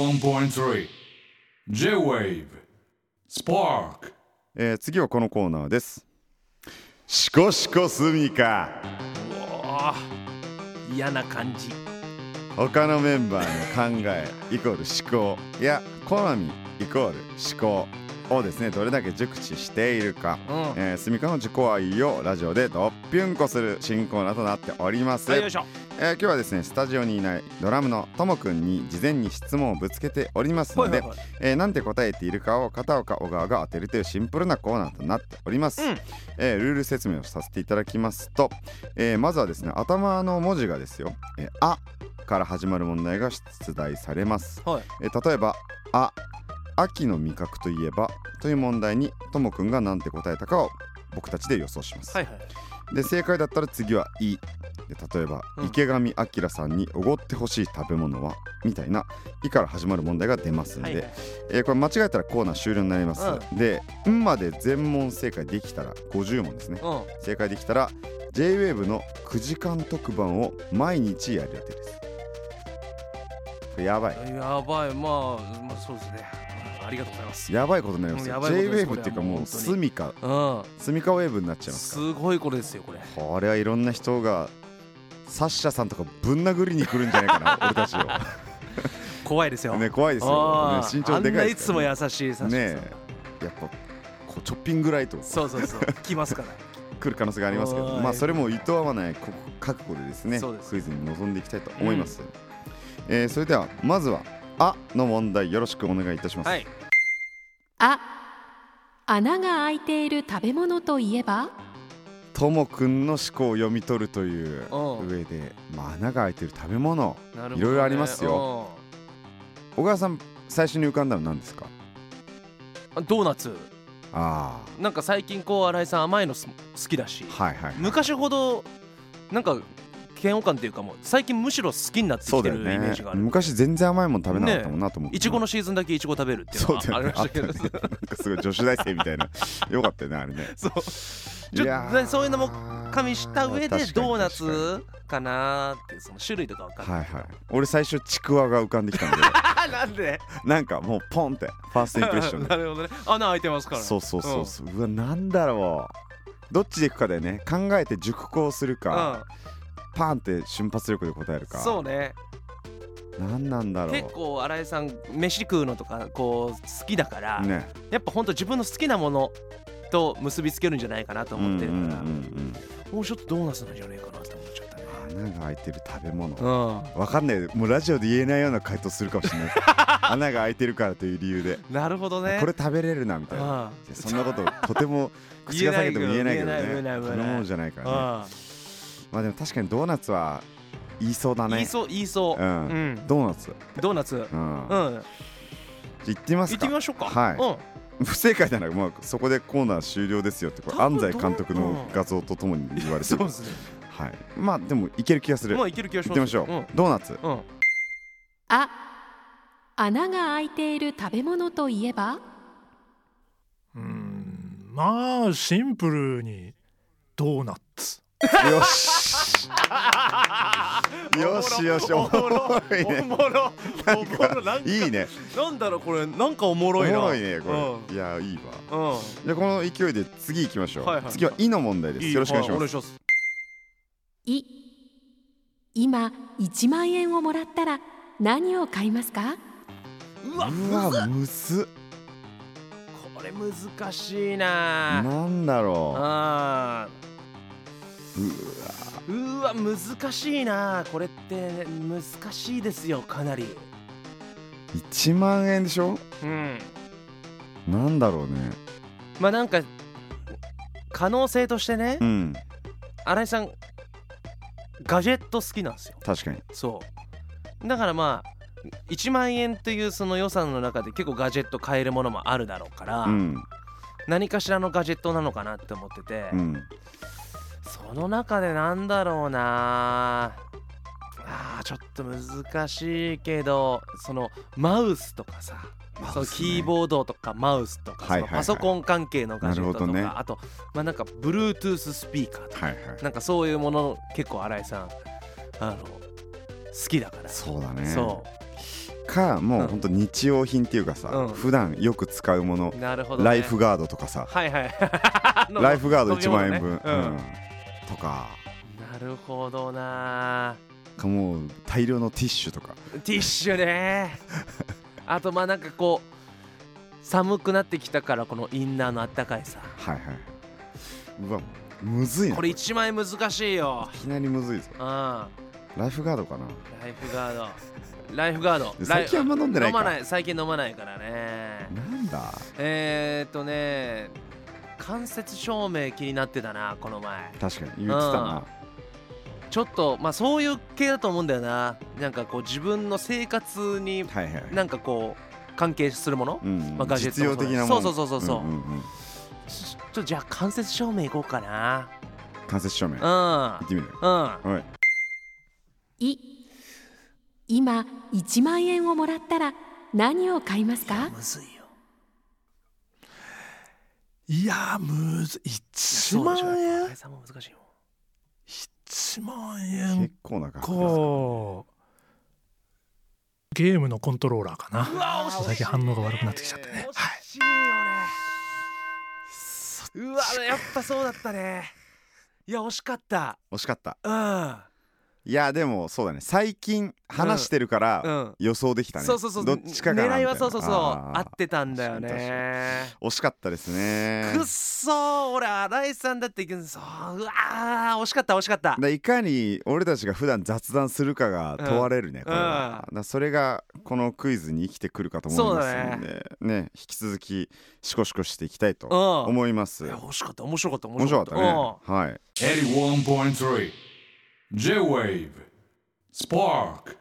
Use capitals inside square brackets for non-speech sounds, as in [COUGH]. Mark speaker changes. Speaker 1: 81.3 J-Wave Spark
Speaker 2: えー次はこのコーナーです。シコシコスミカ
Speaker 3: 嫌な感じ
Speaker 2: 他のメンバーの考えイコール思考いや好みイコール思考をですねどれだけ熟知しているか、
Speaker 3: うん
Speaker 2: えー、スミカの自己愛をラジオでどっぴゅんこする新コーナーとなっております、
Speaker 3: はいよいしょ
Speaker 2: えー今日はですねスタジオにいないドラムのともくんに事前に質問をぶつけておりますので、
Speaker 3: はいはいはい
Speaker 2: えーなんて答えているかを片岡小川が当てるというシンプルなコーナーとなっております、
Speaker 3: うん
Speaker 2: えールール説明をさせていただきますと、えーまずはですね頭の文字がですよ「えーあ」から始まる問題が出題されます、
Speaker 3: はい
Speaker 2: えー例えば「あ」秋の味覚といえばという問題にともくんが何て答えたかを僕たちで予想します、
Speaker 3: はいはい
Speaker 2: で正解だったら次は「い」で例えば、
Speaker 3: うん
Speaker 2: 池上彰さんにおごってほしい食べ物はみたいな「い」から始まる問題が出ますんで、
Speaker 3: はいはい
Speaker 2: えーこれ間違えたらコーナー終了になります、で「ん」まで全問正解できたら50問ですね
Speaker 3: うん
Speaker 2: 正解できたら JWAVE の9時間特番を毎日やる予定ですこれやばい
Speaker 3: やばいまあ、まあ、そうですねありがとうございます
Speaker 2: やばいことになりますよ
Speaker 3: もうやばいこと
Speaker 2: JWAVE
Speaker 3: です
Speaker 2: っていうか
Speaker 3: これはもう
Speaker 2: もう
Speaker 3: 本当に
Speaker 2: スミカ
Speaker 3: う
Speaker 2: スミカウェーブになっちゃい
Speaker 3: ん
Speaker 2: ます
Speaker 3: すごいこれですよこれ
Speaker 2: これはいろんな人がサッシャさんとかぶん殴りに来るんじゃないか
Speaker 3: [LAUGHS]
Speaker 2: な俺たちを
Speaker 3: 怖いですよ
Speaker 2: ね怖いですよ、
Speaker 3: あ
Speaker 2: ね、
Speaker 3: ー
Speaker 2: 身長でか
Speaker 3: あん
Speaker 2: い
Speaker 3: ない
Speaker 2: で
Speaker 3: つ
Speaker 2: す
Speaker 3: も
Speaker 2: から
Speaker 3: 優しいさ
Speaker 2: ねねえやっぱこうチョッピングライト
Speaker 3: そうそうそう来ますから
Speaker 2: [LAUGHS] 来る可能性がありますけど
Speaker 3: はい
Speaker 2: まあそれもいとわないこ覚悟でですね
Speaker 3: そうです
Speaker 2: クイズに臨んでいきたいと思います、えーそれではまずは「あ」の問題よろしくお願いいたします、
Speaker 3: はい
Speaker 4: あ穴が開いている食べ物といえば
Speaker 2: ともくんの思考を読み取るという
Speaker 3: うん
Speaker 2: 上で、まあ、穴が開いてる食べ物
Speaker 3: なるほどね
Speaker 2: いろいろありますよ小川さん最初に浮かんだの何ですか
Speaker 3: うんドーナツ
Speaker 2: あ
Speaker 3: なんか最近こう新井さん甘いのす好きだし
Speaker 2: あはいはい
Speaker 3: 昔ほどなんか嫌悪感っていうかもう最近むしろ好きになって
Speaker 2: そう
Speaker 3: きて
Speaker 2: だ
Speaker 3: る
Speaker 2: よ
Speaker 3: イメー
Speaker 2: ね
Speaker 3: ジがある
Speaker 2: 昔全然甘いもん食べなかったもんなと思って
Speaker 3: いちごのシーズンだけいちご食べるっていう
Speaker 2: そ
Speaker 3: の
Speaker 2: うだ
Speaker 3: は
Speaker 2: よ
Speaker 3: あり
Speaker 2: ねあ
Speaker 3: まし
Speaker 2: った
Speaker 3: け
Speaker 2: た
Speaker 3: ど
Speaker 2: ねなんかすごい女子大生みたいなよかったよねあれね
Speaker 3: そうちょ
Speaker 2: いやー
Speaker 3: ねそういうのも加味した上で
Speaker 2: 確かに
Speaker 3: ドーナ
Speaker 2: 確か
Speaker 3: ツかなーっていうその種類とか分か
Speaker 2: に
Speaker 3: んない、
Speaker 2: はいはい俺最初ちくわが浮かんできたんで
Speaker 3: あ [LAUGHS] なんで
Speaker 2: なんかもうポンってファーストインプレッション
Speaker 3: [LAUGHS]
Speaker 2: で
Speaker 3: なるほどね穴開いてますから
Speaker 2: そうそうそうそう、うわなんだろうどっちでいくかだよね考えて熟考するか、パンって瞬発力で答える
Speaker 3: う
Speaker 2: か
Speaker 3: ん、そうね
Speaker 2: 何なんだろ
Speaker 3: 結構新井さん飯食うのとかこう好きだから、
Speaker 2: うね
Speaker 3: やっぱほんと自分の好きなものと結びつけるんじゃないかなと思ってるから、
Speaker 2: うんうんうん
Speaker 3: もうちょっとドーナツなんじゃないかなって思っちゃったね
Speaker 2: うん、穴が開いてる食べ物、
Speaker 3: う
Speaker 2: わかんないもうラジオで言えないような回答するかもしれない
Speaker 3: [LAUGHS]
Speaker 2: 穴が開いてるからという理由で、
Speaker 3: んなるほどね
Speaker 2: これ食べれるなみたいな
Speaker 3: あ
Speaker 2: いやそんなこととても口が裂けても言えないけどね
Speaker 3: 言えないけど言えない言えない
Speaker 2: このものじゃないか
Speaker 3: あ、
Speaker 2: らね
Speaker 3: あ
Speaker 2: まあでも確かにドーナツは言いそうだ
Speaker 3: 言い
Speaker 2: ね
Speaker 3: そう言いそう、
Speaker 2: うん
Speaker 3: うん
Speaker 2: ドーナツ
Speaker 3: ドーナツ
Speaker 2: うん
Speaker 3: う
Speaker 2: じゃあ
Speaker 3: ん
Speaker 2: 行ってみます
Speaker 3: 行って
Speaker 2: か
Speaker 3: みましょうか
Speaker 2: はい
Speaker 3: うん
Speaker 2: 不正解ならまあそこでコーナー終了ですよってこれ
Speaker 3: 多
Speaker 2: 安
Speaker 3: 分
Speaker 2: 西監督
Speaker 3: ドー
Speaker 2: の画像とともに言われて
Speaker 3: そう
Speaker 2: る
Speaker 3: ですね。
Speaker 2: はいまあでもいける気がする
Speaker 3: ま
Speaker 2: 行
Speaker 3: あいける気がし
Speaker 2: っ
Speaker 3: ます。
Speaker 2: てみましょうドーナ
Speaker 3: [LAUGHS]
Speaker 2: ツ
Speaker 3: うん。うん。
Speaker 4: あ穴が開いている食べ物といえば
Speaker 5: うーんまあシンプルにドーナツ
Speaker 2: よし [LAUGHS] よしよしお
Speaker 3: お
Speaker 2: も
Speaker 3: もろ
Speaker 2: ろい
Speaker 3: お
Speaker 2: ね
Speaker 3: もろ。おもろ。なんか
Speaker 2: いいね
Speaker 3: なんだろうこれなんかおも
Speaker 2: おも
Speaker 3: ろいな。
Speaker 2: ろいねこれいやいいわ
Speaker 3: れ。うん。うん。
Speaker 2: じゃあこの勢いで次行きましょう、
Speaker 3: はいはい
Speaker 2: 次は「い」の問題ですよろしくお願いします
Speaker 3: します。
Speaker 4: い今1万円をもらったら何を買いますか
Speaker 3: うわ
Speaker 2: うわむずっ
Speaker 3: これ難しいな。
Speaker 2: なんだろ
Speaker 3: あ
Speaker 2: う
Speaker 3: ーうわ難しいなこれって難しいですよかなり
Speaker 2: う1万円でしょ
Speaker 3: うん
Speaker 2: なんだろうね
Speaker 3: まあなんか可能性としてね
Speaker 2: うん
Speaker 3: 新井さんガジェット好きなんですよ
Speaker 2: 確かに
Speaker 3: そうだからまあ1万円というその予算の中で結構ガジェット買えるものもあるだろうから、
Speaker 2: うん
Speaker 3: 何かしらのガジェットなのかなって思ってて、
Speaker 2: うん
Speaker 3: その中でなんだろうなあーちょっと難しいけどそのマウスとかさ、
Speaker 2: マウスね
Speaker 3: そのキーボードとかマウスとか、
Speaker 2: はいはいはい
Speaker 3: そのパソコン関係のガジェットとか、
Speaker 2: なるほどね
Speaker 3: あとまあなんか Bluetooth スピーカーとか
Speaker 2: はいはい
Speaker 3: なんかそういうもの結構新井さんあの好きだから
Speaker 2: そうだね
Speaker 3: そ
Speaker 2: かもう本当日用品っていうかさ、
Speaker 3: うん
Speaker 2: 普段よく使うもの、
Speaker 3: なるほど、ね、
Speaker 2: ライフガードとかさ
Speaker 3: はいはい
Speaker 2: [LAUGHS]
Speaker 3: の
Speaker 2: ライフガード
Speaker 3: 飲み
Speaker 2: 1
Speaker 3: 物
Speaker 2: 万
Speaker 3: ね
Speaker 2: 円分、
Speaker 3: うん
Speaker 2: うんとか
Speaker 3: なるほどな
Speaker 2: かもう大量のティッシュとか
Speaker 3: ティッシュねあとまあなんかこう寒くなってきたからこのインナーのあったかいさ
Speaker 2: はいはいうわむずいな
Speaker 3: これ1枚難しいよ
Speaker 2: いきなりむずいぞ
Speaker 3: うんラ
Speaker 2: ライフガードかな
Speaker 3: イフガードライフガード
Speaker 2: 最近あんま飲んで
Speaker 3: ライ
Speaker 2: な
Speaker 3: 飲
Speaker 2: い
Speaker 3: ま
Speaker 2: か
Speaker 3: ない最近飲まないからね
Speaker 2: なんだ
Speaker 3: えー、っとね間接照明気になってたなこの前
Speaker 2: 確かに言ってたな、
Speaker 3: ちょっとまあそういう系だと思うんだよななんかこう自分の生活に
Speaker 2: はいはいはい
Speaker 3: なんかこう関係するもの、
Speaker 2: うん
Speaker 3: まあガジェット
Speaker 2: 実
Speaker 3: も
Speaker 2: 用
Speaker 3: そ
Speaker 2: 的なもの
Speaker 3: うだしそうそうそうそうそうん
Speaker 2: んん
Speaker 3: ちょっとじゃあ間接照明いこうかな
Speaker 2: 間接照明行
Speaker 3: う
Speaker 2: ってみるよ
Speaker 3: んうん
Speaker 2: はい
Speaker 4: い今1万円をもらったら何を買いますか
Speaker 3: むずいよ
Speaker 5: いやむず1
Speaker 3: そうでしょ
Speaker 5: 万
Speaker 3: やっぱ
Speaker 5: 円
Speaker 3: 解散も難しいよ
Speaker 5: 1万円
Speaker 2: 結構な額です
Speaker 5: かゲームのコントローラーかな
Speaker 3: うわ惜しい
Speaker 5: 最近反応が悪くなってきちゃってねはい
Speaker 3: 惜しいよねうわやっぱそうだったねいや惜しかった
Speaker 2: 惜しかった
Speaker 3: う
Speaker 2: いやでもそうだね最近話してるから、
Speaker 3: んうん
Speaker 2: 予想できたね
Speaker 3: そうそうそう
Speaker 2: どっちかが
Speaker 3: 狙いはそうそうそう合
Speaker 2: あ
Speaker 3: ってたんだよ
Speaker 2: 確かに
Speaker 3: ね
Speaker 2: 惜しかったですね
Speaker 3: くっそー俺新井さんだってそううわー惜しかった惜しかった
Speaker 2: だいかに俺たちが普段雑談するかが問われるね、これは、だそれがこのクイズに生きてくるかと思いますのでね引き続きシコシコしていきたいと
Speaker 3: うん
Speaker 2: 思います
Speaker 3: いや惜しかった面白かった
Speaker 2: 面白かったねはい
Speaker 1: 81.3 J-Wave Spark